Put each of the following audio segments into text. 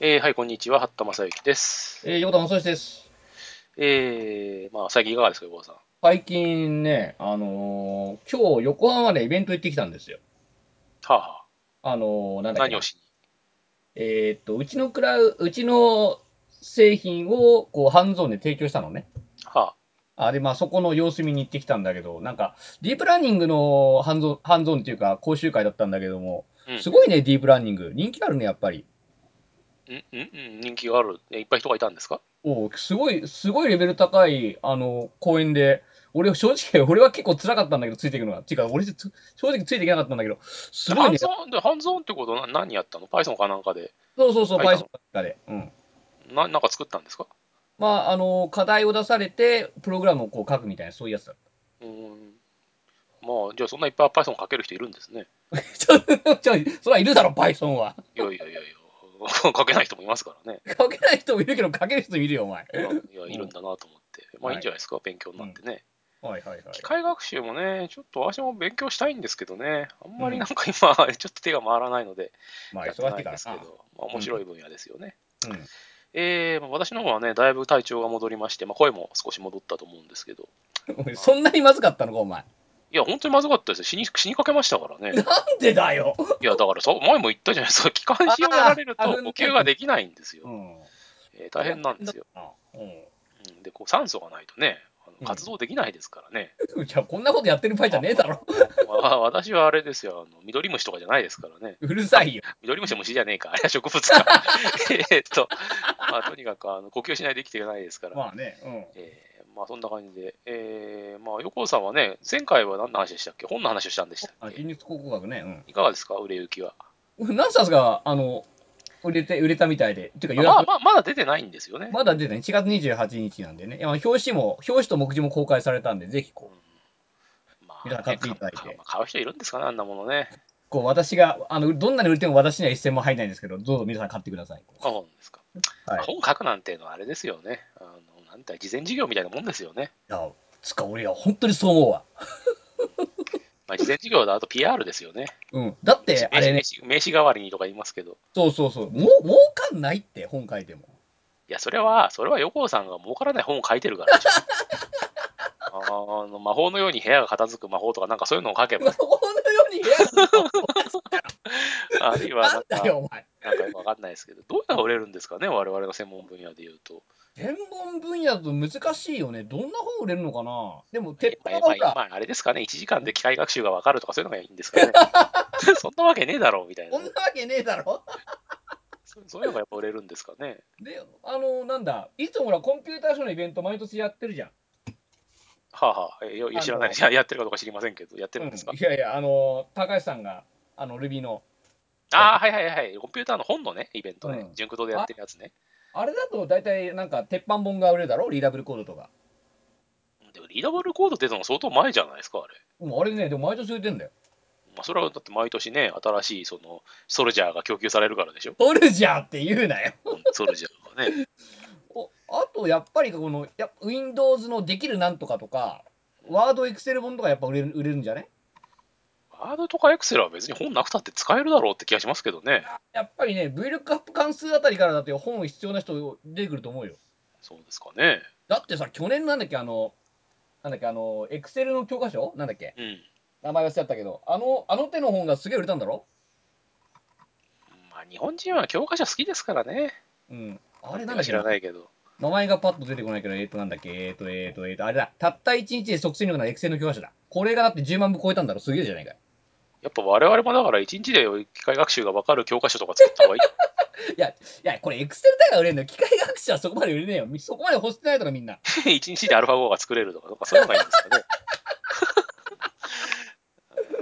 えーはい、こんにちは、八田正幸です。えー、横田正義です。えー、まあ、最近いかがですか、横尾さん。最近ね、あのー今日横浜までイベント行ってきたんですよ。はあ、はあのーなあ、んだっけ何なをしに。えーっと、うちのクラウ、うちの製品をこうハンズオンで提供したのね。はあれ、まあそこの様子見に行ってきたんだけど、なんか、ディープラーニングのハンズオン、ハンズオンっていうか、講習会だったんだけども、あ、うん、すごいね、ディープラーニング。人気あるね、やっぱり。うん、うん、うん、人気がある。えいっぱい人がいたんですかおうすごい、すごいレベル高い、あの、公演で、俺、正直、 俺は結構辛かったんだけど、ついていくのが。っていうか、俺、つ正直ついていけなかったんだけど、すごハいンね。ズオンで、ハンズオンってことはな何やったの ?Python かなんかで。そうそうそう、書いたの Python かで。うん。ななんか作ったんですかまあ、あの、課題を出されて、プログラムをこう書くみたいな、そういうやつだっうーん。まあ、じゃあそんないっぱい Python 書ける人いるんですね。た。 ちょ、ちょ、それはいるだろ、Python は。いやいやいやいや、 書けない人もいますからね。 書けない人もいるけど、書ける人もいるよ、お前。あいや、いるんだなと思って。まあ、はいいいんじゃないですか、勉強になってね。はいはいはい。機械学習もね、ちょっと私も勉強したいんですけどね、あんまりなんか今、 ちょっと手が回らないので、まあ、やって忙なしいいかでらすけさど、。まあ、面白い分野ですよね。うん。えーまあ私の方はね、だいぶ体調が戻りまして、まあ、声も少し戻ったと思うんですけど、おいそんなにまずかったのか、お前。いや、本当にまずかったですよ。死に死にかけましたから ね。なんでだよ。いや、だからさ、前も言ったじゃないですか、気 管支をやられるとあーあー呼吸ができないんですよ。ん。えー大変なんですよ。あうん。うんで、こう酸素がないとね、あうんの活動できないですからね。じゃあこんなことやってる場合じゃねえだろ。まあ、 私はあれですよあの、緑虫とかじゃないですからね。うるさいよ。緑虫は虫じゃねえか、あれは植物か。 えーっと、まあ、とにかくあの呼吸しないで生きていけないですから、まあね、うえーまあ、そんな感じで、えーまあ、横尾さんはね、前回は何の話でしたっけ本の話をしたんでしたん。あっけ現実考古学ね、いかがですか、売れ行きは。うん。何冊が、あの、売れて、売れたみたいで。っていうかま予約、あ、まあ、まだ出てないんですよね。まだ出てない。1月28日なんでね。いや、表紙も、表紙と目次も公開されたんで、ぜひこう、ま皆さん買っていただいて買う買う人いるんですかね、あんなものね。こう私が、あの、どんなに売れても私には一銭も入らないんですけど、どうぞ皆さん買ってください。あ本ですか、はい本書くなんていうのはあれですよね。あのなんて事前事業みたいなもんですよね。いや、つか俺は本当にそう思うわ。まあ、事前事業だと PR ですよね。うん。だって、あれ名ね、刺名刺代わりにとか言いますけど。そうそうそう。もう、儲かんないって、本書いても。 いや、それは、それは横尾さんが儲からない本を書いてるからでしょ。 あの魔法のように部屋が片付く魔法とか、なんかそういうのを書けば魔、法のように部屋があるいはななんんだか、よ、お前。なんかよくわかんないですけど、どういうのが売れるんですかね、我々の専門分野で言うと。天文分野だと難しいよね。どんな本売れるのかなでも、鉄まあ板、はまほあら、まああれですかね、1時間で機械学習がわかるとか、そういうのがいいんですか ね。そんなわけねえだろうみたいこなんな。わけねえだろ。そそういうのがやっぱ売れるんですかね。で、あの、なんだ、いつもほら、コンピューターショーのイベント毎年やってるじゃん。はあはあ、えいやいや知らないあのいや、やってるかどうか知りませんけど、やってるんですか。うんいやいや、あの、高橋さんが、あの、Ruby の、ああ、はいはいはい、コンピューターの本のね、イベントうねん、純駆動でやってるやつね。あれだと大体なんか鉄板本が売れるだろリーダブルコードとか。でも、リーダブルコード出たの相当前じゃないですか、あれ。もうあれね、でも毎年売れてんだよ。まあ、それはだって毎年ね、新しいそのソルジャーが供給されるからでしょ、ソルジャーって言うなよ。うんソルジャーがね。おあと、やっぱりこの、やっぱ Windows のできるなんとかとか、ワード、エクセル本とかやっぱ売れる売れるんじゃねワードとかエクセルは別に本なくたって使えるだろうって気がしますけどね。やっぱりね、VLOOKUP 関数あたりからだって本必要な人出てくると思うよ。そうですかね。だってさ、去年なんだっけ、あの、なんだっけ、あの、エクセルの教科書なんだっけうん。名前忘れちゃったけど、あの、あの手の本がすげえ売れたんだろまあ、日本人は教科書好きですからね。うん。あれなかんだっ知けらなないけど。名前がパッと出てこないけど、えっ、ー、となんだっけ、えっ、ー、と、えっ、ー、と、えっ、ー、と、あれだ。たった1日で即戦力なエクセルの教科書だ。これがだって10万部超えたんだろすげえじゃないかよ。やっぱ我々もだから一日で機械学習が分かる教科書とか作った方がいい。いや、これエクセルだから売れんのよ。機械学習はそこまで売れねえよ。みそこまで欲してないとかみんな。 一日でアルファ号が作れるとか、なんかそういうのがいいんですかね。あー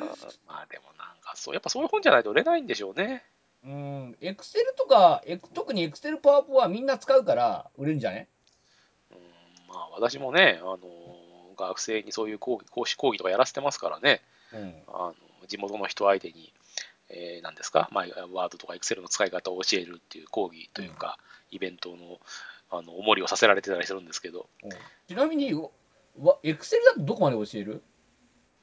まあでもなんかそう、やっぱそういう本じゃないと売れないんでしょうね。うーん、エクセルとか、エク特にエクセルパワポはみんな使うから売れるんじゃねうんまあ私もね、あの学生にそういう講義講師講義とかやらせてますからね、うん。あの地元の人相手に、えー、何ですか、まあ、ワードとかエクセルの使い方を教えるっていう講義というか、イベントのあのおもりをさせられてたりするんですけど、うんちなみに、うわエクセルだとどこまで教える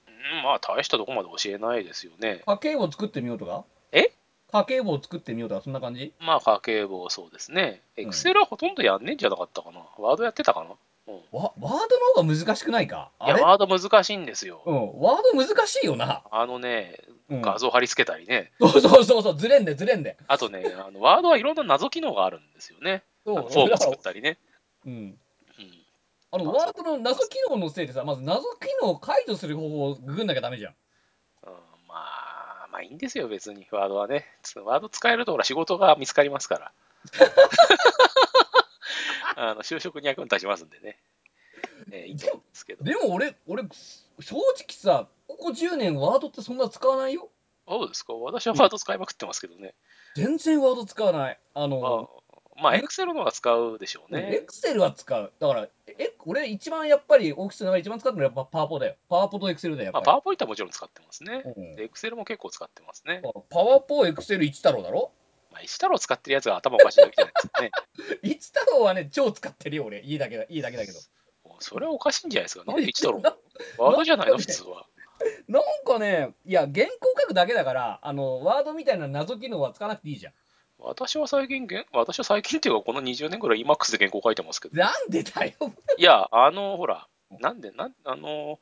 うん、まあ大したとこまで教えないですよね。家計簿作ってみようとかえ家計簿を作ってみようとか、そんな感じまあ、家計簿、そうですね。うんエクセルはほとんどやんねえんじゃなかったかな。ワードやってたかな。うん、いわワードの方が難しくないかあや、れワード難しいんですよ。うん、ワード難しいよな。あのね、うん、画像貼り付けたりね。そうそうそうそう、ずれんでずれんで。あとね、あのワードはいろんな謎機能があるんですよね。そあうのフォームだから作っ、たりね。うん。うん、あの、あワードの謎機能のせいでさ、まず謎機能を解除する方法をググんなきゃダメじゃん。うんまあ、まあいいんですよ、別に。ワードはね。つワード使えると、ほら、仕事が見つかります から。あの就職に役に立ちますんでね。えーいいと思うんですけど。でも俺、俺、正直さ、ここ10年ワードってそんな使わないよ。そうですか。私はワード使いまくってますけどね。全然ワード使わない。あの、あまあ、エクセルの方が使うでしょうエね。クセルは使う。だから、え、俺一番やっぱり、オフィスの中で一番使ってるのはやっぱパワポだよ。パワポとエクセルだよ。やまあ、っパぱワーポイントはもちろん使ってますねり。うんエクセルも結構使ってますね。パワポ、エクセル、一太郎だろまあ、石太郎使ってるやつが頭おかしいだけじゃないですかね。一太郎はね、超使ってるよ、俺。いいだけだ、いいだけだけど。もうそれはおかしいんじゃないですか。なんで一太郎ワードじゃないの、普通は。 なんかね、いや、原稿書くだけだから、あの、ワードみたいな謎機能は使わなくていいじゃん。私は最近、げ私は最近っていうか、この20年ぐらい EMAX で原稿書いてますけど。なんでだよ。いや、あの、ほら、なんで、なん、あの、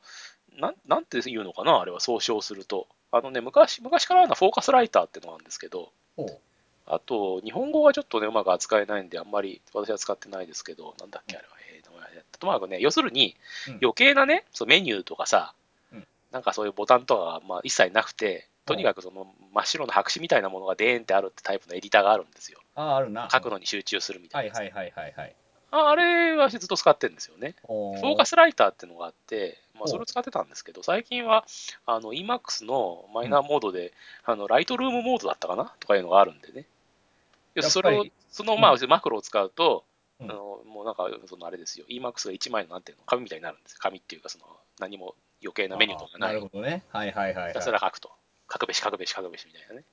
なん、なんて言うのかな、あれは総称すると。あのね、昔、昔からあるのはフォーカスライターってのなんですけど、おうあと、日本語はちょっとね、うまく扱えないんで、あんまり私は使ってないですけど、なんだっけ、あれは、えー名前忘れたともかくね、要するにうん、余計なね、そうメニューとかさうん、なんかそういうボタンとかが、まあ、一切なくて、とにかくその真っ白の白紙みたいなものがデーンってあるってタイプのエディターがあるんですよ。ああ、あるな。書くのに集中するみたはいいなはやいはいはいはい。つ。ああれはずっと使ってるんですよね。おフォーカス。スライターっていうのがあって、まおあ、それを使ってたんですけど、最近はあの EMAX のマイナーモードで、あのライトルームモードだったかなとかいうのがあるんでね。要するにやそっぱれをり、その、まあ、マクロを使うと、うんあのもうなんか、そのあれですよ、EMAX が1枚のなんていうの、紙みたいになるんですよ。紙っていうか、その何も余計なメニューとかああな。ないるひほどね。はいはいはい、たすらは書くと。書くべし、書くべし、書くべしみたいなね。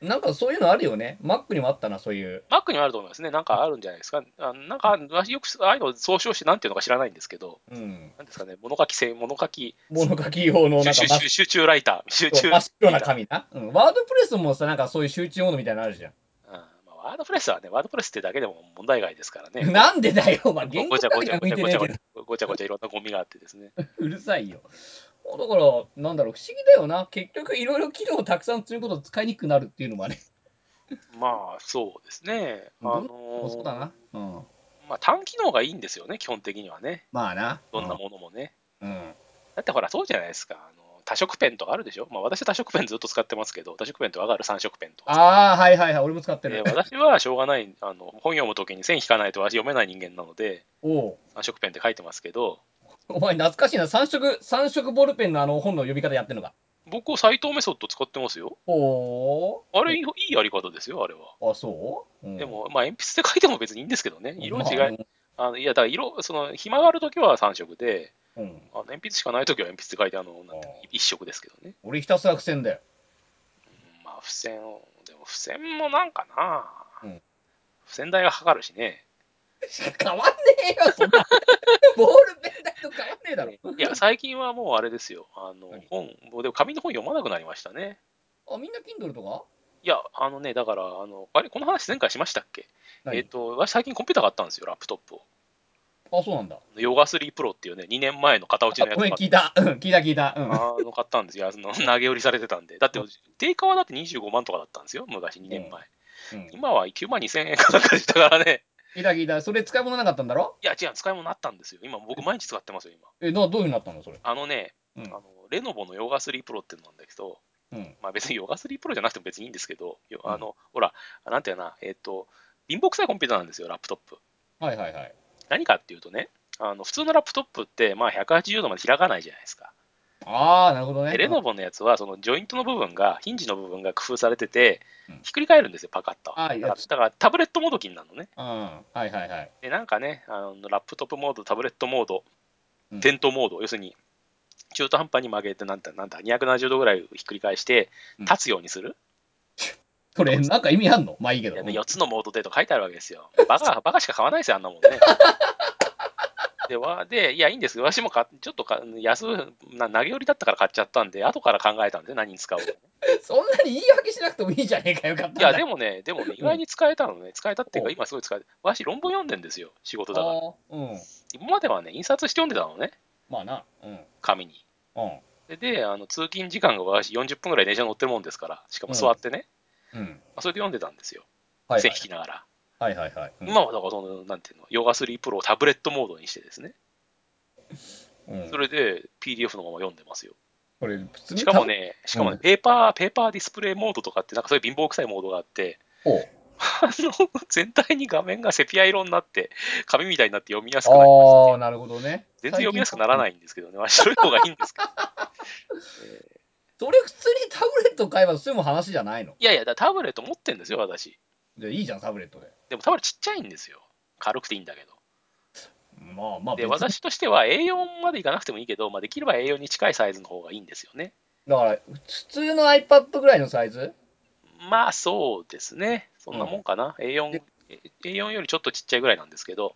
い。なんかそういうのあるよね。Mac にもあったな、そういう。 Mac にはあると思いますね。なんかあるんじゃないですか。あなんか、私よくああいうのを総称してなんていうのか知らないんですけど、うん。なんですかね、物書き専、物書き物書き用のなんか集真っ中集中ライター、集中真っ白な紙な。うん。ワードプレスもさ、なんかそういう集中モードみたいなのあるじゃうんまあワードプレスはね、ワードプレスってだけでも問題外ですからん。ね。なんでだよ、お前。原稿ごち書ゃごくちにゃはご向ちいゃてごねちえゃけごどちゃ。ごちゃごちゃいろんなゴミがあってですね。うるさいよ。だから、なんだろう、不思議だよな。結局、いろいろ機能をたくさん積むことで使いにくくなるっていうのもね。まあそうですね。あうんのそうだな。うん。まあ単機能がいいんですよね、基本的にはね。まあな。どんなものもね。うん。だってほら、そうじゃないですか。あの多色ペンとかあるでしょ。まあ私は多色ペンずっと使ってますけど、多色ペンとわかる三色ペンとか。ああ、はいはいはい。俺も使ってでる。私はしょうがない、あの本読むときに線引かないと私読めない人間なので、おう三色ペンって書いてますけど、お前、懐かしいな。三色、三色ボールペンのあの本の呼び方やってんのか。僕は斎藤メソッド使ってますよ。おあれ、いいいいやり方ですよ、あれは。お。あ、そう、うんで、も、まあ、鉛筆で書いても別にいいんですけどね、色違い、まあねあのいや、だから色、その、暇があるときは3色で、うん。あの鉛筆しかないときは鉛筆で書いて、あの、なんてああ1色ですけどね。俺ひたすら付箋だよ。う んまあ、付箋を、でも付箋もなんかな、うん付箋代がかかるしね。変わんねえよ、そんな。 ボールペンだと変わんねえだろ。いや、最近はもうあれですよ、あの何、本、もうでも紙の本読まなくなりましたね。あ、みんな Kindle とかいや、あのね、だから、あの、あれ、この話前回しましたっけ何えっと、私最近コンピューター買ったんですよ、ラップトップを。あ、そうなんだ。ヨガ3プロっていうね、2年前の型落ちのやあつご買っめん、て聞いた。うん、聞いた聞いた。うん。あの買ったんですよ、その投げ売りされてたんで、だってうん、定価はだって25万とかだったんですよ、昔、2年前。うん今は9万2000円かなんかしたからね、聞いた聞いた。それ使い物なかったんだろいや、違う、使い物になったんですよ、今、僕、毎日使ってますよ、今。え、な、どういうふうになったのそれ。あのね、うあんの。レノボのヨガ3プロっていうのなんだけど、うん。まあ、別にヨガ3プロじゃなくても別にいいんですけど、ようんあのほら、なんていうかな、えっ、と、貧乏くさいコンピューターなんですよ、ラップトップ。はいはいはい。何かっていうとね、あの普通のラップトップって、まあ、180度まで開かないじゃないですか。ああ、なるほどね。でレノボのやつは、そのジョイントの部分が、ヒンジの部分が工夫されててうん、ひっくり返るんですよ、パカッと。あいやだからだからタブレットモード機になるのね。うん。はいはいはい。で、なんかね、あのラップトップモード、タブレットモードうん、テントモード、要するに、中途半端に曲げて、なんだ、なんだ、270度ぐらいひっくり返して、うん立つようにする、それ、なんか意味あんのまあいいけいど。やう んね、4つのモードでとか書いてあるわけですよ。バカ、バカしか買わないですよ、あんなもんね。 で、わでいや、いいんですよ。私もかちょっとか安な投げ売りだったから買っちゃったんで、後から考えたんで、何に 使おうかね。そんなに言い訳しなくてもいいじゃねえかよかったんいだや、でもね、でもね、意外に使えたのね、使えたっていうか、今すごい使えて、私、論文読んでんですよ、仕事だから。あーうん今まではね、印刷して読んでたのね、まあなうん紙に。うんで、であの通勤時間が私40分ぐらい電車に乗ってるもんですから、しかも座ってね、うんまあそれで読んでたんですよ、はい線引きながら。はいはいはいうん今はだからその、なんていうの、ヨガ3プロをタブレットモードにしてですね、うんそれで PDF のまま読んでますよ。これ普通にしかもね、しかもうねん、ペーパー、ペーパーディスプレイモードとかって、なんかそういう貧乏くさいモードがあって、おうあの、全体に画面がセピア色になって、紙みたいになって読みやすくなりましてああなるほどね全然読みやすくならないんですけどね、まあ、白い方がいいんです けど。えーそれ普通にタブレット買えば済む話じゃないのいやいや、だタブレット持ってんですよ、私。じゃあいいじゃんタブレットででもタブレットちっちゃいんですよ。軽くていいんだけど。まあまあで、別に私としては A4 までいかなくてもいいけど、まあ、できれば A4 に近いサイズの方がいいんですよね。だから普通の iPad ぐらいのサイズまあ、そうですね。そんなもんかな。A4 で、え A4 よりちょっとちっちゃいぐらいなんですけど、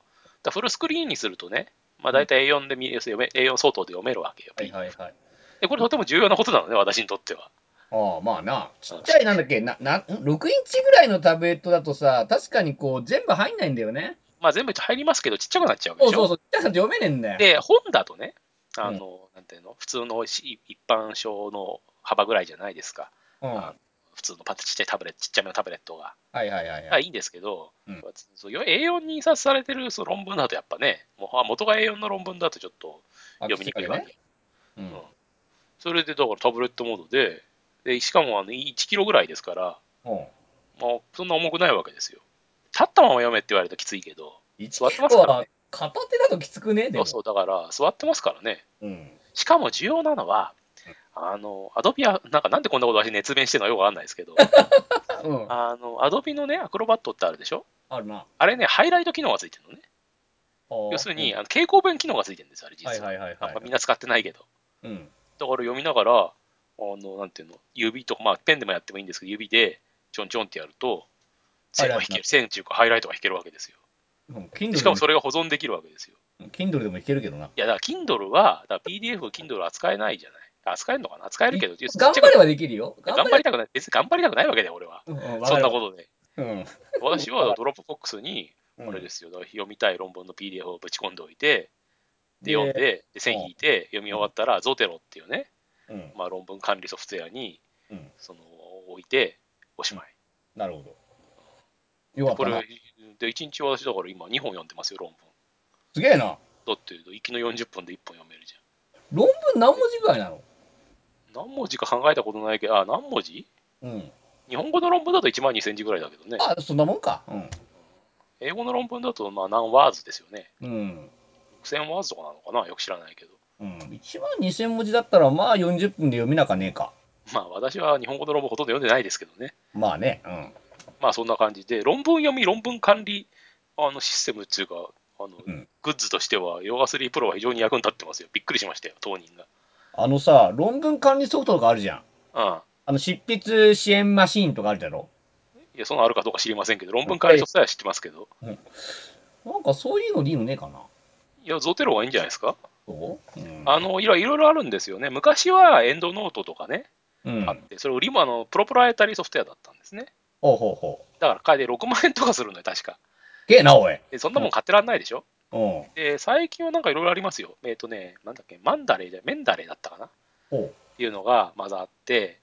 だからフルスクリーンにするとね、まあ、大体 A4 で見、要するに A4 相当で読めるわけよ。はいはいはいで、これとても重要なことなのね、私にとっては。ああまあなちっちゃいなんだっけななん6インチぐらいのタブレットだとさ確かにこう全部入んないんだよねまあ、全部入りますけど、ちっちゃくなっちゃうわけそでしょ。うそうそうちっちゃくて読めねえんだよで、本だとね、あの、なんていうの、普通のし一般書の幅ぐらいじゃないですか。うんあの普通のパッとちっちゃいタブレット、ちっちゃめのタブレットが。はいはいはいははいい、いんですけど、うんそう A4 に印刷されてるその論文だとやっぱね、もうあ元が A4 の論文だとちょっと読みにくいわけ。ねうんうんそれでだからタブレットモードで、でしかもあの1キロぐらいですから、うんまあ、そんな重くないわけですよ。立ったまま読めって言われるときついけど、 1座ってまキすロからはね。片手だときつくねでそもうそう、だから座ってますからね。うんしかも重要なのは、あの、アドビア、なんかなんでこんなこと私熱弁してるのかよくわかんないです けど、うんあの、アドビのね、アクロバットってあるでしょあるなあれね、ハイライト機能がついてるのね。要要するに、あの蛍光ペン機能がついてるんですよ、あれ実は。はいはいはいあんはまみんいな使ってないけど。うんだから読みながら、あの、なんていうの、指とか、まあペンでもやってもいいんですけど、指でちょんちょんってやると、線が引ける、線中かハイライトが引けるわけですよ。うん。Kindle しかもそれが保存できるわけですよ。 Kindle でもいけるけどないや、だから Kindle は、だから PDF、Kindle 扱えないじゃない。扱えるのかな扱えるけど、頑張ればできるよ頑張りたくない。別に頑張りたくないわけだよ、俺は。うんうんわかそんるなわことで。うん私はドロップボックスに、うんこれですよ、だから読みたい論文の PDF をぶち込んでおいて、で、で読んで、で線引いて、読み終わったら、ゾテロっていうね、うんまあ、論文管理ソフトウェアにうんその置いて、おしまい。なるほどよかっこたれな、で、1日私だから今、2本読んでますよ、論文。すげえなだって、行きの40分で1本読めるじ論文何文字ぐらいなのゃん。何文字か考えたことないけど、あ、何文字うん日本語の論文だと1万2000字ぐらいだけどね、まあそんなもんかうん英語の論文だとまあ何ワーズですよね。うん6000ワーズとかなのかなよく知らないけど。うん、1万2000文字だったらまあ40分で読みなかねえかまあ私は日本語の論文ほとんど読んでないですけどね。まあねうんまあそんな感じで、論文読み、論文管理あのシステムっていうか、あのうんグッズとしては、ヨガ3プロは非常に役に立ってますよ。びっくりしましたよ、当人が。あのさ論文管理ソフトとかあるじゃんうん。あの執筆支援マシーンとかあるじゃろいや、そのあるかどうか知りませんけど、論文管理ソフトウェアは知ってますけど、なんかそういうのでいいのねえかないや、ゾテロはいいんじゃないですか。そう、うん、あのいろいろいろあるんですよね。昔はエンドノートとかね、うんあって、それをリもあのプロプライタリーソフトウェアだったんですね。ほうほうほうだから、買いで6万円とかするのよ、確か。げえなおいで、そんなもん買ってらんないでしょ。うんほで、最近はなんかいろいろありますよ。えっ、とね、なんだっけ、マンダレーじゃ、メンダレーだったかなっうていうのがまずあって、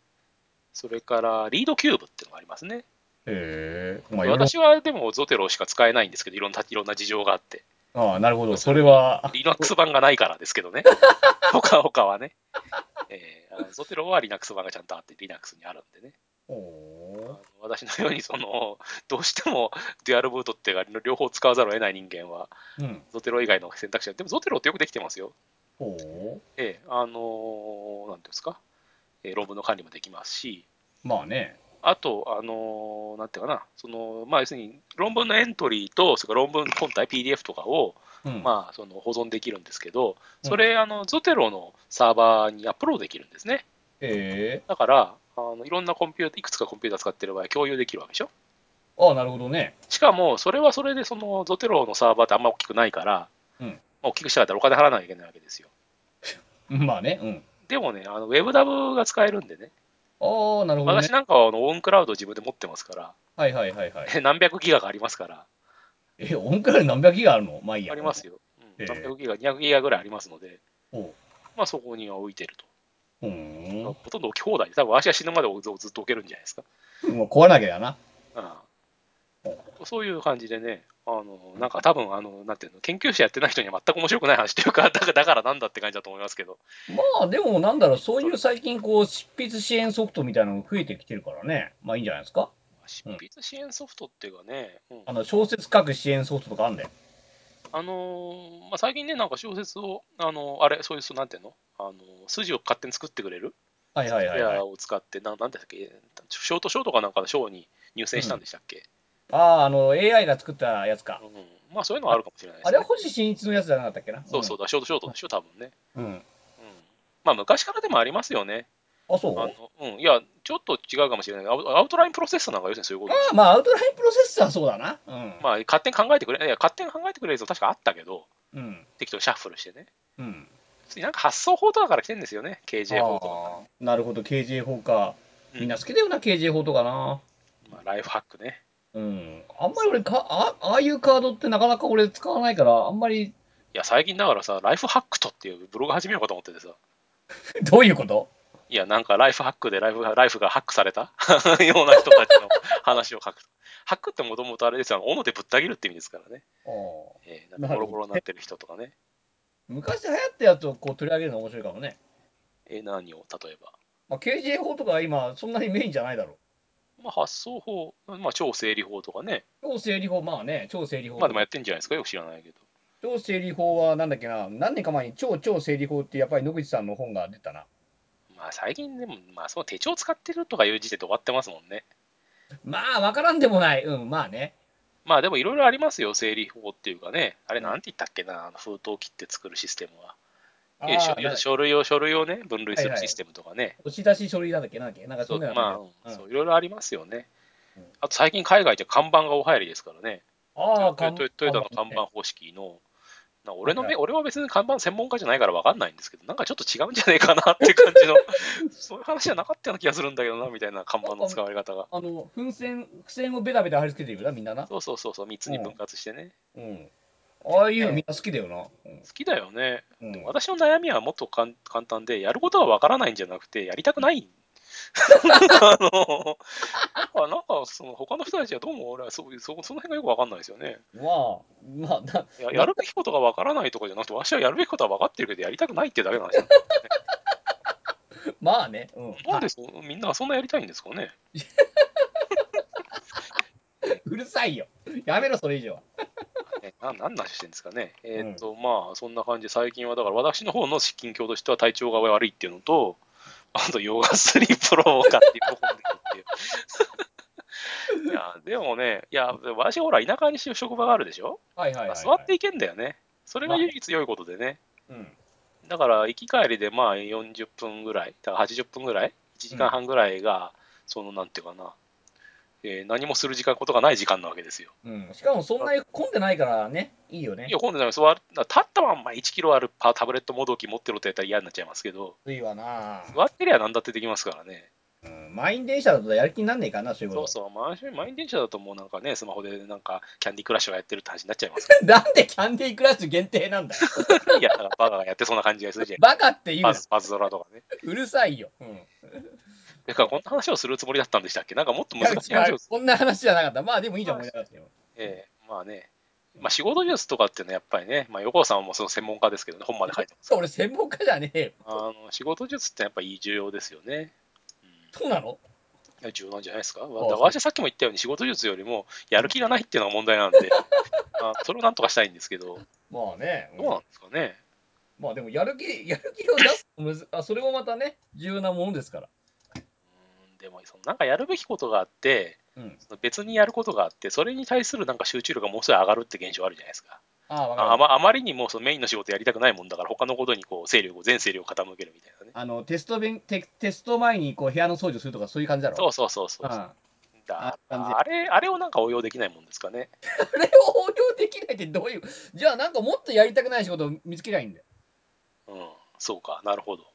それから、リードキューブっていうのがありますね。へえまあいろいろ私はでも、ゾテロしか使えないんですけど、いろんな、いろんな事情があって。ああなるほどそれはリナックス版がないからですけどね。ほかほかはね。えーあのゾテロはリナックス版がちゃんとあって、リナックスにあるんでね。あおの私のように、その、どうしてもデュアルブートっていうか、両方使わざるを得ない人間は、ーうんゾテロ以外の選択肢は、でもゾテロってよくできてますよ。ほうええ、あのーなんていうんですか、えー論文の管理もできますし、まあねあと、あのーなんていうかな、その、まあ、要するに、論文のエントリーと、それから論文本体、PDF とかを、うんまあ、その保存できるんですけど、それ、あの、ゾテロのサーバーにアップロードできるんですね。へえだから、あのいろんなコンピュータ、いくつかコンピューター使ってる場合、共有できるわけでしょ。ああなるほどねしかも、それはそれで、その、ゾテロのサーバーってあんま大きくないから、うんまあ、大きくしたかったらお金払わなきゃいけないわけですよ。まあね、うん。でもね、あの WebDAV が使えるんでね、ああ、なるほどね私。なんかはあのオンクラウド自分で持ってますから、 はいはいはいはい。何百ギガがありますから、え、音階何百ギガあるのまあいいや。ありますよ。よ。うん、ええ何百ギガ、200ギガぐらいありますので、ほまあ、そこには置いてると。う。うーん。もほとんど置き放題で、多分私が死ぬまでずずっと置けるんじゃないですか。う壊なきゃやな。うん、そういう感じでね、あのなんか多分あのなんていうの研究者やってない人には全く面白くない話というか、だからだからなんだって感じだと思いますけど、まあでもなんだろう、そういう最近こう、執筆支援ソフトみたいなのが増えてきてるからね。まあいいんじゃないですか。執筆支援ソフトっていうかね、うんあの、小説書く支援ソフトとかあんだよ。あのまあ、最近ね、なんか小説を、あのあれ、そういう、そうなんていうの、あの筋を勝手に作ってくれるはいはいはい、ペはいア。を使って、ななんだっけ、ショートショートかなんかの賞に入選したんでしたっけ、ああ、あの、AI が作ったやつかう。んまあそういうのはあるかもしれないであすれはね。星新一のやつじゃなかったっけな。そうそうだ、ショートショートでしょ、多分ね。うん。うん。うん、まあ昔からでもありますよね。あ、そうあのうん、いや、ちょっと違うかもしれないけどアウアウトラインプロセッサーなんか要するにそういうことですあまあ、アウトラインプロセッサーはそうだな。うん。まあ、勝手に考えてくれ、いや、勝手に考えてくれるやつも確かあったけど、うん。適当にシャッフルしてね。うん。普通になんか発想法とかから来てるんですよね、KJ 法とか。ああ、なるほど、KJ 法か。うんみんな好きだよな、KJ 法とかな。まあ、ライフハックね。うん。あんまり俺か、あああいうカードってなかなか俺使わないから、あんまり、いや、最近だからさ、ライフハックとっていうブログ始めようかと思っててさ、どういうこといや、なんかライフハックでライフがライフがハックされた ような人たちの話を書く。ハックってもともとあれですよ、斧でぶった切るって意味ですからね。ああえーなんかボロボロになってる人とかね。昔流行ったやつをこう取り上げるの面白いかもね。えー何を、例えば。まあ、KJ 法とかは今、そんなにメインじゃないだろまあ、発想法、まあ、超整理法とかね。う。超整理法、まあね、超整理法。まあでもやってんじゃないですか、よく知らないけど。超整理法はなんだっけな、何年か前に超超整理法ってやっぱり野口さんの本が出たな。まあ最近でも、まあその手帳使ってるとかいう時点で終わってますもんね。まあ、わからんでもない。うん、まあね。まあでもいろいろありますよ、整理法っていうかね。あれうんなんて言ったっけな、あの封筒を切って作るシステムは。ああえー書なんだ書類を、書類をね、分類するシステムとかね。押し出し書類なんだっけなんだっけなんかそそんうなのまあ、あそういろいろありますよねうん。あと最近海外じゃ看板がお流行りですからね。ああ、トヨトヨトヨタの看板方式の。な俺の目俺は別に看板専門家じゃないから分かんないんですけど、なんかちょっと違うんじゃないかなって感じの、 そういう話じゃなかったような気がするんだけどな、みたいな看板の使われ方が。あの、風船、付箋をベタベタ貼り付けていくな、みんなな。そうそうそうそう、3つに分割してね。うん。ああいうのみんな好きだよな。好きだよね。うん。うん私の悩みはもっとかん簡単で、やることはわからないんじゃなくて、やりたくない。あのなんか、なんかその他の人たちはどうも俺はそういうそその辺がよくわかんないですよね。まあ、まあ、な、ややるべきことがわからないとかじゃなくて、私はやるべきことは分かってるけど、やりたくないってだけなんですよ。まあね。うん。なんはでそうみんなそんなやりたいんですかね。いうるさいよ。やめろ、それ以上は。ねななんなんしてんですかね。えーっと、まあ、そんな感じで、最近はだから、私の方の近況としては体調が悪いっていうのと、あと、ヨガスリープロを買って喜んでるっていう。いや、でもね、いや、私、ほら、田舎に職場があるでしょ、はいはいはい、はい。座っていけんだよね。それが唯一良いことでね。うん。だから、行き帰りで、まあ、40分ぐらい、だから80分ぐらい、1時間半ぐらいが、その、なんていうかな、えー何もする時間、ことがない時間なわけですよ。うん。しかもそんなに混んでないからね、いいよねい。や、今度なんか座る、立ったまんま1キロあるパタブレットもどき持ってろってやったら嫌になっちゃいますけど、いいわな。座ってりゃ何だってできますからね。うん。満員電車だとやる気になんねえかな、そういうこそうそと。う、満員満員電車だともうなんかね、スマホでなんかキャンディークラッシュがやってるって話になっちゃいますか なんでキャンディークラッシュ限定なん だよ。ら、いや、だからバカがやってそうな感じがするじゃん。バカって言うパなズパズドラとかね。うるさいよ。うん。だからこんな話をするつもりだったんでしたっけなんかもっと難しい話をする。こんな話じゃなかった。まあでもいいじゃん、思いながらよ。ええまあね。まあ仕事術とかっていうのはやっぱりね、まあ横尾さんはもうその専門家ですけどね、本まで書いてます。そう俺専門家じゃねえよ。あの仕事術ってやっぱり重要ですよね。うんそうなのいや重要なんじゃないですか。わそうだ私はさっきも言ったように仕事術よりもやる気がないっていうのが問題なん で、あそれをなんとかしたいんですけど、まあね。うんどうなんですかね。まあでもやる気、 やる気を出すのむずあ、それもまたね、重要なものですから。うんでもそのなんかやるべきことがあって、うん。その別にやることがあって、それに対するなんか集中力がもうすぐ上がるって現象あるじゃないですか。ああ、わああかる。まあまりにもそのメインの仕事やりたくないもんだから、他のことにこう精力を全精力を傾けるみたいなね。あの、テスト勉、テテスト前にこう部屋の掃除をするとかそういう感じだろ。そうそうそうそうう。ん。だあ感じあれ、あれをなんか応用できないもんですかね。それを応用できないってどういうじゃあなんかもっとやりたくない仕事を見つけりゃいいんだようん、そうか、なるほど。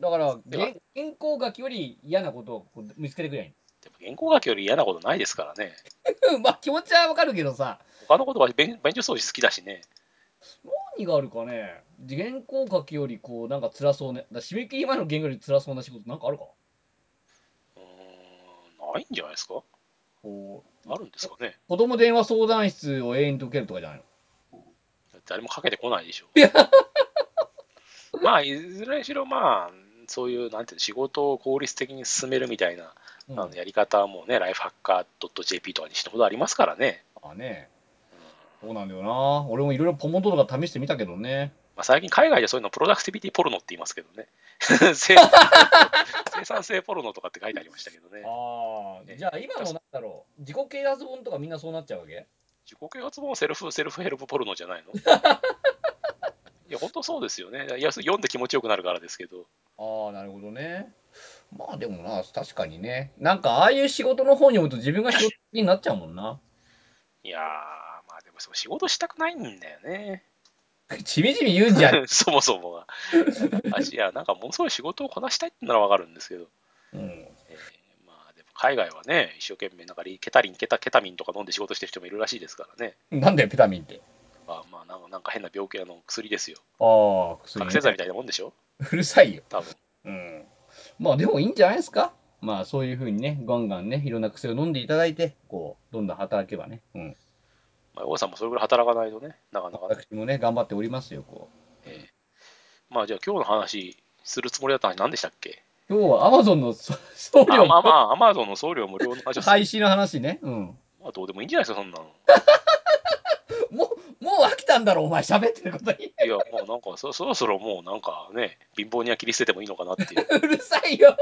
だからでは原原稿書きより嫌なことをこう見つけてくりゃいいんでも原稿書きより嫌なことないですからね。だよまあ気持ちはわかるけどさ他のことは便便所掃除好きだしね。何があるかね原稿書きよりこうなんか辛そうねだから締め切り前の原稿より辛そうな仕事なんかあるかうーん、ないんじゃないですかこうあるんですかね子供電話相談室を永遠に受けるとかじゃないの誰もかけてこないでしょ。 まあ、いずれにしろ、まあ、そういう、なんていうの仕事を効率的に進めるみたいな、うんあのやり方はもうね、ライフハッカー .jp とかにしたことありますからね。まあねそうなんだよな俺もいろいろポモトとか試してみたけどねまあ、最近、海外でそういうのプロダクティビティポルノって言いますけどね。 生産生産性ポルノとかって書いてありましたけどね。あーじゃあ今のなんだろう自己啓発本とかみんなそうなっちゃうわけ自己啓発本はセルフ、セルフヘルプポルノじゃ ないのいや、本当そうですよね。いや、読んで気持ちよくなるからですけど。ああなるほどねまあでもな確かにねなんかああいう仕事の方に読むと自分が仕事になっちゃうもんないやー、まあでも、仕事したくないんだよね。ちびじみ言うんじ ゃ ん、そもそもが。私いや、なんかものすごい仕事をこなしたいってならわかるんですけど、うん、えーまあでも海外はね、一生懸命なんかリケタリン、ケタケタミンとか飲んで仕事してる人もいるらしいですからね。なんだよペタミンってあまあなんかなんか変な病気あの薬ですよ。ああ薬、覚醒剤みたいなもんでしょうるさいよ多分。うんまあでもいいんじゃないですかまあそういうふうにねガンガンねいろんな薬を飲んでいただいてこうどんどん働けばねうんまあ、王さんもそれぐらい働かないとね、なかなかね。私もね頑張っておりますよこうまあじゃあ今日の話するつもりだった話何でしたっけ今日はアマゾンの そ送あ料まあまあ、アマゾンの送料無料の話をする廃止の話ねうんまあどうでもいいんじゃないですか、そんなの。もうもう飽きたんだろお前喋ってることに いや、もうなんかそそろそろもうなんかね、貧乏には切り捨ててもいいのかなっていう。うるさいよ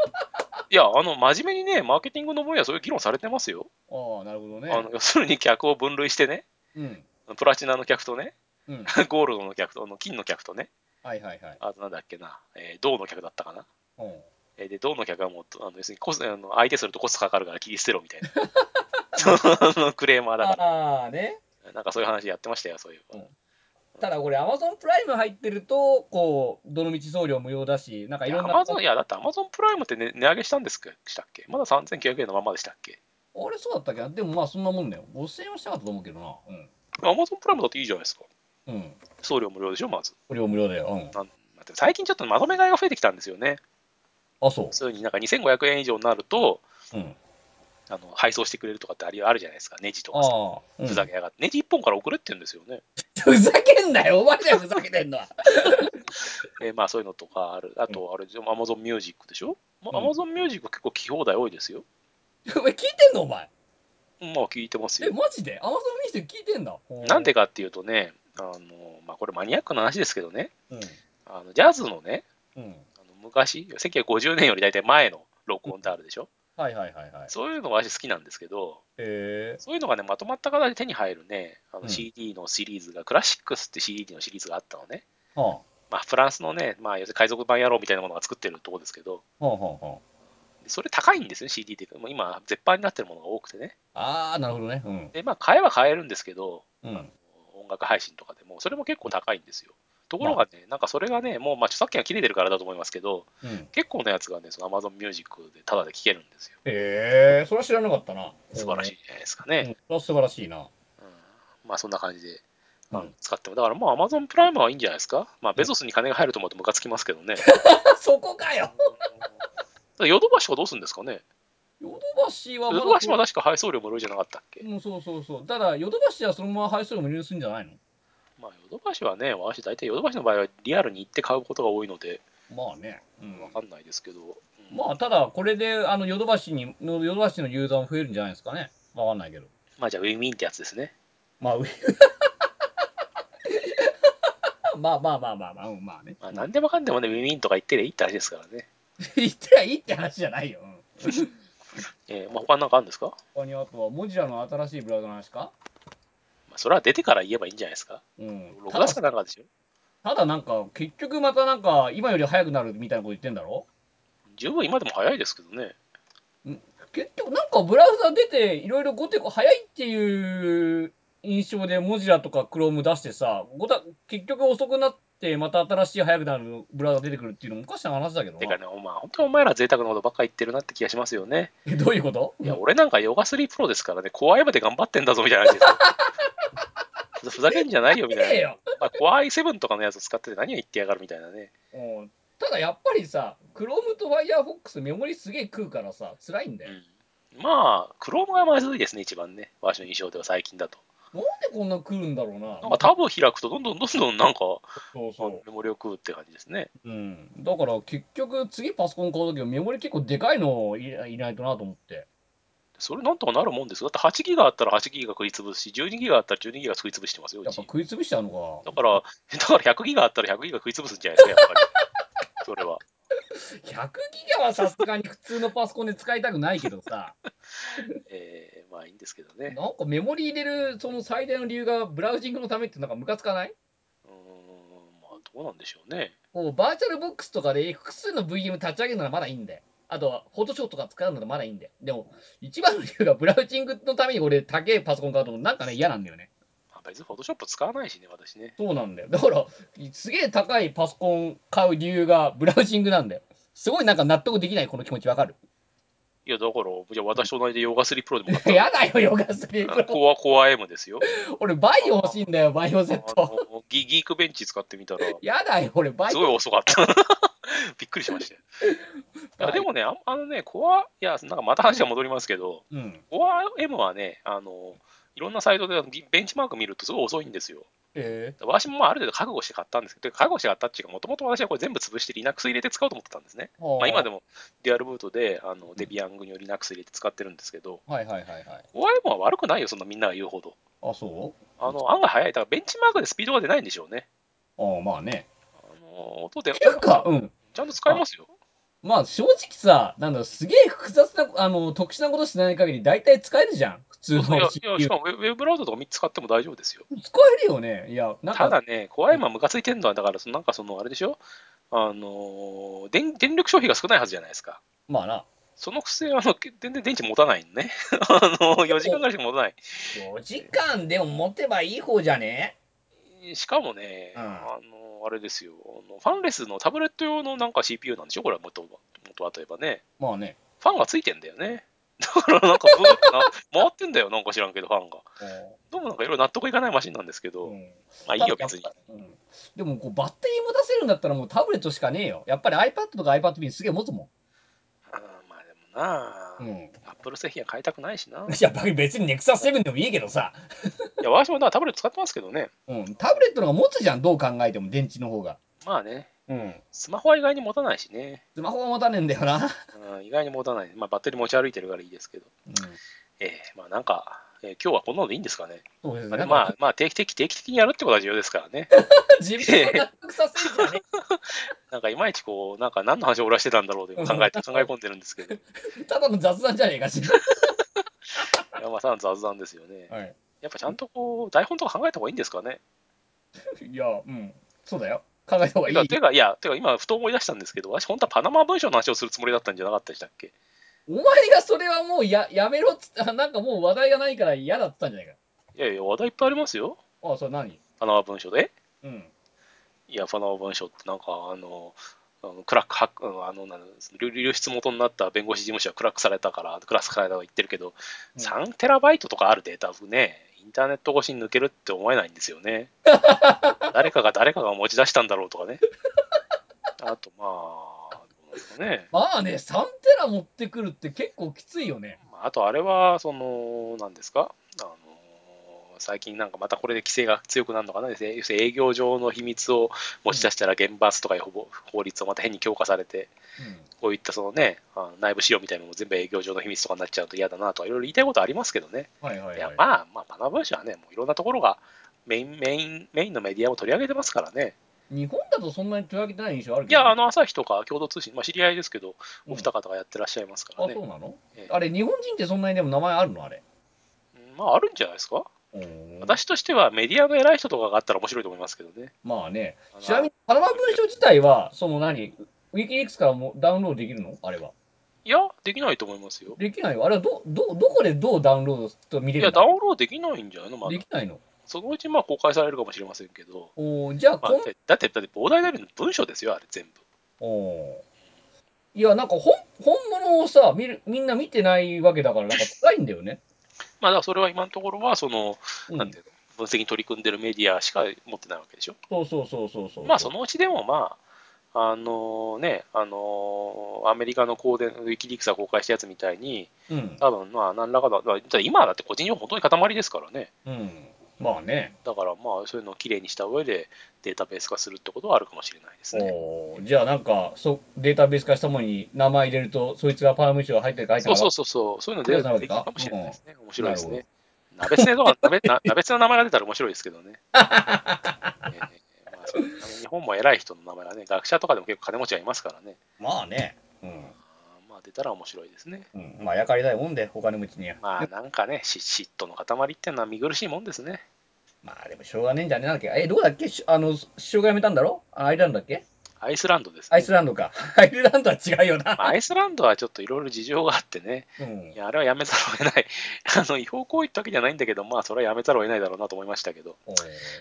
いや、あの、真面目にね、マーケティングの分野、そういう議論されてますよ。ああなるほどねあの要するに客を分類してね、うんプラチナの客とね、うん ゴールドの客と、あの金の客とね、はいはいはい。あとなんだっけな、えー銅の客だったかな。うん、えーで、銅の客はもう、あの要するにコスあの相手するとコストかかるから切り捨てろみたい な。そのクレーマーだかああね。ら。なんかそういう話やってましたよ、そういう。うんただこれ Amazon プライム入ってると、こう、どの道送料無料だし、なんかいろんアな。マゾン、いや、だってアマゾンプライムって、ね、値上げしたんですかしたっけまだ3900円のままでしたっけあれそうだったっけなでもまあそんなもんだよ。5000円はしたかったと思うけどな。アマゾンプライムだっていいじゃないですか。うん。うん。送料無料でしょ、まず。これ無料だよ。うん。なんだって最近ちょっとまとめ買いが増えてきたんですよね。あ、そ普通になんか2500円以上になるとう。うん。あの配送してくれるとかってありあるじゃないですかネジとかさああ。うんふざけやがって、ネジ1本から送れって言うんですよね、ふざけんなよ。お前じゃふざけてんのは。 えーまあそういうのとかあるあとあれアマゾンミュージックでしょうんアマゾンミュージック結構聞き放題多いですよお前聞いてんのお前。まあ聞いてますえ、よマジで ?Amazon ミュージック聞いてんだ。ほうなんでかっていうとねあの、まあ、これマニアックな話ですけどねうん。あのジャズのねうん。あの昔1950年より大体前の録音ってあるでしょはいはいはいはい。そういうのが私好きなんですけどへえ。そういうのがねまとまった形で手に入るねあうのん CD のシリーズが、クラシックスって CD のシリーズがあったのねはまあ、フランスのね、まあ、要するに海賊版野郎みたいなものが作ってるところですけど、あ。はあはあはそれ高いんですよね、CD って。もう今、絶版になってるものが多くてね。あ。ああ、なるほどね。うん。で、まあ、買えば買えるんですけど、うん。音楽配信とかでも、それも結構高いんですよ。ところがね、なんかそれがね、もう、まあ、著作権が切れてるからだと思いますけど、うん。結構なやつがね、その Amazon Music でタダで聴けるんですよ。へえ、それは知らなかったな。素晴らしいじゃないですかうん。ね。それは素晴らしい な。うんまあ、そんな感じで。あのうん使っても、だからもう Amazon プライムはいいんじゃないですか。まあ、ベゾスに金が入ると思うとムカつきますけどね。そこかよ。 ヨドバシとかどうするんですかね。ヨドバシはヨドバシは確か配送料無料じゃなかったっけ、うん、そうそうそう。ただ、ヨドバシはそのまま配送料無料にするんじゃないのまあ、ヨドバシはね、私、大体ヨドバシの場合はリアルに行って買うことが多いので、まあね。うんわかんないですけど、うんまあ、ただ、これで、あの、ヨドバシに、のヨドバシのユーザーも増えるんじゃないですかね。わかんないけど。まあ、じゃあ、ウィンウィンってやつですね。まあ、う まあまあまあまあまあ、うんまあね。 まあ、なんでもかんでもね、ウィンウィンとか言ってりゃいいって話ですからね。言ってりゃいいって話じゃないよ。うんえーまあ、他なんかあるんですか、ま他にあとは、モジュラの新しいブラウザの話かあ、それは出てから言えばいいんじゃないですか。うん。 6月かなんかでしょ。ただなんか、結局またなんか、今より早くなるみたいなこと言ってんだろ十分今でも早いですけどね。結局なんかブラウザ出ていろいろゴテコ早いっていう印象でモジュラとかクローム出してさ、ゴタ結局遅くなってまた新しい早くなるブラウザ出てくるっていうのもおかしな話だけどてかね、な。お前、本当にお前ら贅沢なことばっか言ってるなって気がしますよね。えどういうこといや、俺なんかヨガスリープロですからね、怖いまで頑張ってんだぞみたいな感じです よふざけんじゃないよみたねえいな。よ、まあ、怖いセブンとかのやつ使ってて何を言ってやがるみたいなね。うんただやっぱりさ、クロームと Firefox メモリすげえ食うからさ、辛いんだよ。うん、まあ、クロームがまずいですね、一番ね。私の印象では最近だと。なんでこんな食うんだろうな。なんかタブ開くと、どんどんどんどんなんか、そうあそのう。メモリを食うって感じですね。うん、だから結局次パソコン買うときはメモリ結構でかいのを入れ入れないとなと思って。それなんとかなるもんですよだって8ギガあったら8ギガ食い潰すし、12ギガあったら12ギガ食い潰してますよ、うやっぱち。食い潰しちゃうのだから、 だから100ギガあったら100ギガ食い潰すんじゃないですか、やっぱり。それは。か。100ギガはさすがに普通のパソコンで使いたくないけどさ、えー、まあいいんですけどね。なんかメモリ入れるその最大の理由がブラウジングのためってなんかムカつかないうーん、まあどうなんでしょうね。こうバーチャルボックスとかで複数の VM 立ち上げるならまだいいんだよ。あとは、フォトショーとか使うならまだいいんだよ。でも、一番の理由がブラウジングのために俺、高えパソコン買うとなんかね、嫌なんだよね。まあ別にフォトショップ使わないしね、私ね。そうなんだよ。だから、すげえ高いパソコン買う理由がブラウジングなんだよ。すごいなんか納得できない、この気持ちわかる。いや、だから、じゃあ私と同じでヨガスリプロでも買った嫌だよ、ヨガスリープロ。コアコア M ですよ。俺、バイオ欲しいんだよ、バイオあセット。のギギークベンチ使ってみたら、嫌だよ、俺、バイすごいオ。遅かった。 びっくりしましたよ。いやでもね、あんあのね、コア、いや、なんかまた話が戻りますけど、うん。コア M はね、あの、いろんなサイトでギベンチマーク見るとすごい遅いんですよ。え私もまあある程度覚悟して買ったんですけど、てか覚悟して買ったっていうか、もともと私はこれ全部潰して Linux 入れて使おうと思ってたんですね。ーはまあ、今でも。もデュアルブートであのデビアングに Linux 入れて使ってるんですけど、はいはいはいはい。コア M は悪くないよ、そんなみんなが言うほど。あ、そあの案外早い。だからベンチマークでスピードが出ないんでしょうね。うああ、まあね。あの音でていうか、うん。ちゃんと使えますよ。まあ正直さ、なんだろう、すげえ複雑な、あの、特殊なことしない限り大体使えるじゃん。普通いのや、いや CPU しかもウェブウェブブラウザとか3つ使っても大丈夫ですよ。使えるよね。いや、なんたか、だね、怖いまムカついてるのは、だからその、なんかその、あれでしょあのー電、電力消費が少ないはずじゃないですか。まあな、そのくせ、あの、全然電池持たないのね。 あの、4時間ぐらいしか持たない。 4時間でも持てばいい方じゃねしかもね、うんあの、あれですよ、あのファンレスのタブレット用のなんか CPU なんでしょこれはもともと、例えばね。まあね。ファンがついてんだよね。 だからなんかブーってな、回ってんだよ、なんか知らんけど、ファンが。どうもなんかいろいろ納得いかないマシンなんですけど、うんまあいいよ、別に。。うんでもこうバッテリー持たせるんだったらもうタブレットしかねえよ。やっぱり iPad とか iPad mini すげえ持つもあーまあでもなあ、ん。うん。アップル製品は買いたくないしな。いや、別に NEXUS7 でもいいけどさ。いや、私もなタブレット使ってますけどね。うん。タブレットの方が持つじゃん、どう考えても、電池の方が。まあね、うん。スマホは意外に持たないしね。スマホは持たねえんだよな。うん、意外に持たない。まあ、バッテリー持ち歩いてるからいいですけど。うん。ええまあなんか、えー今日はこんなのでいいんですかね。そうで すまあ、ね。でまあ、まあ、定期的、定期的にやるってことは重要ですから ね。自分を納得させるじゃねなんかいまいちこう、なんか何の話を俺はしてたんだろうと考えて、考え込んでるんですけど。いえ ただの雑談じゃねえかしや、まあ、ただの雑談ですよねら。。はい。やっぱちゃんとこう、台本とか考えた方がいいんですかね。いや、うん。そうだよ。考えた方がいてい。か、てかいや、てか今、ふと思い出したんですけど、私、本当はパナマ文書の話をするつもりだったんじゃなかったでしたっけお前がそれはもうややめろっつって、あなんかもう話題がないから嫌だっつったんじゃないいやいや、話題いっぱいありますよ。か。あそれ何パナマ文書で。うん。いや、ファナオ文書ってなんか、あの、あのクラックハック、あの、なんだ流流出元になった弁護士事務所はクラックされたから、クラスされたとか言ってるけど、うん3テラバイトとかあるデータをね、インターネット越しに抜けるって思えないんですよ ね。誰かが誰かが持ち出したんだろうとかね。あと、まあ、どうなんですかね。まあね、3テラ持ってくるって結構きついよね。まああと、あれは、その、なんですか、あの、最近なんかまたこれで規制が強くなるのかな、要するに営業上の秘密を持ち出したら厳罰とかいう法法律をまた変に強化されて、こういったそのね、あの内部資料みたいなのも全部営業上の秘密とかになっちゃうと嫌だなとかいろいろ言いたいことありますけどね。うん。はいはいいやは、い。まあ、まあ、パナ文書はね、もういろんなところがメイン、メイン、メインのメディアを取り上げてますからね。日本だとそんなに取り上げてない印象あるいけどね。や、あの、朝日とか共同通信、まあ、知り合いですけど、うん、お二方がやってらっしゃいますからあ、ね。そうなのええあれ、日本人ってそんなにでも名前あるのあれ。うんまあ、あるんじゃないですか。うん私としてはメディアの偉い人とかがあったら面白いと思いますけどね。まあね。あのちなみに、パナマ文書自体は、その何ウィキリークスからもダウンロードできるのあれは。いや、できないと思いますよ。できないよ。あれはど、ど、どこでどうダウンロードすると見いれるや、のダウンロードできないんじゃないのまだでき。ないのそのうちまあ公開されるかもしれませんけど。おーじゃあ、まあこん、、だって、だってだって膨大な量の文章ですよ、あれ全部。おーいや、なんか本、本物をさ、見る、みんな見てないわけだから、なんか辛いんだよね。まあ、だからそれは今のところは、 その、うんなんていうの、分析に取り組んでるメディアしか持ってないわけでしょ。そうそうそうそうそう。まあ、そのうちでも、まあ、あのね、あのアメリカの公電、ウィキリークスが公開したやつみたいに、うん。多分まあ、何らかの、だから今だって個人情報本当に塊ですからね。うん。まあね。だからまあ、そういうのをきれいにした上でデータベース化するってことはあるかもしれないですね。おーじゃあ、なんか、そ、データベース化したものに名前入れると、そいつがパームが入ってるか入ってそうそなかっうそうそう、そういうの出そうなわてけきかるかもしれないですね。面白いですなるね。鍋つねとか、鍋な鍋つねの名前が出たら面白いですけど ね。ええまあそう日本も偉い人の名前はね、学者とかでも結構金持ちはいますからね。た。まあね。うん。あーまあ出たら面白いですね。うん、まあ、やかりたいもんで、お金持ちには。まあなんかね、し嫉妬の塊ってのは見苦しいもんですね。まあ、でも、しょうがねえんじゃねえなんだっけ。え、どこだっけしあの、首相が辞めたんだろあアイルランドだっけアイスランドです、ね。アイスランドか。 アイルランドは違うよな。まあアイスランドはちょっといろいろ事情があってね、うんい。やあれはやめざるを得ない、 あの違法行為ってわけじゃないんだけど、まあそれはやめざるを得ないだろうなと思いましたけど、おー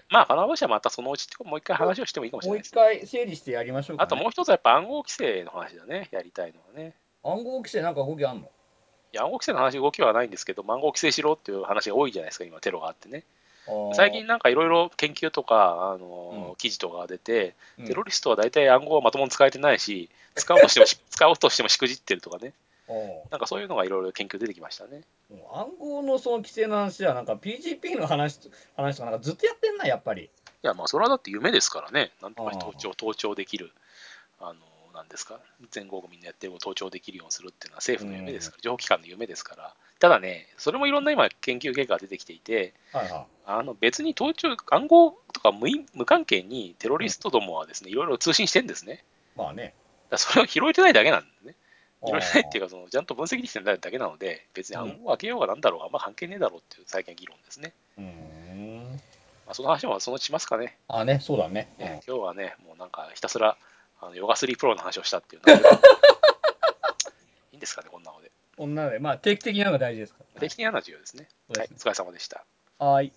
まあ必ずしはまたそのうちってもう一回話をしてもいいかもしれもなういです一ね。回整理してやりましょうか、ね。あともう一つはやっぱ暗号規制の話だね、やりたいのはね。暗号規制なんか動きあんのいや暗号規制の話、動きはないんですけど、暗号規制しろっていう話が多いじゃないですか、今、テロがあってね。あー最近なんかいろいろ研究とか、あのうん記事とかが出て、うんテロリストは大体暗号はまともに使えてないし、使おうとしてもし使おうとしてもしくじってるとかね、うんなんかそういうのがいろいろ研究出てきましたね。暗号のその規制の話はなんか PGP の話と話とかなんかずっとやってんなやっぱりいや、まあそれはだって夢ですからね、なんとかしてああ盗聴盗聴できる、あのなんですか、全国民のやってることを盗聴できるようにするっていうのは政府の夢ですから、情報機関の夢ですから、ただね、それもいろんな今、研究結果が出てきていて、はいはあの別に盗聴、暗号とか無い無関係にテロリストどもはですね、いろいろ通信してるんですね。いまあねだからそれを拾えてないだけなんですね。あー拾えてないっていうか、そのちゃんと分析できてないだけなので、別に暗号を開けようがなんだろうがあんま関係ねえだろうっていう最近の議論ですね。うーんまあ、その話もそのうちしますかね。あねそうだね、うんね今日はね、もうなんかひたすらあのヨガ3プロの話をしたっていう。 なんかいいんですかね、こんなので。こんなのでまあ定期的なのが大事ですから定期的な授業ですね。そうはでいす、お疲れ様でした。はい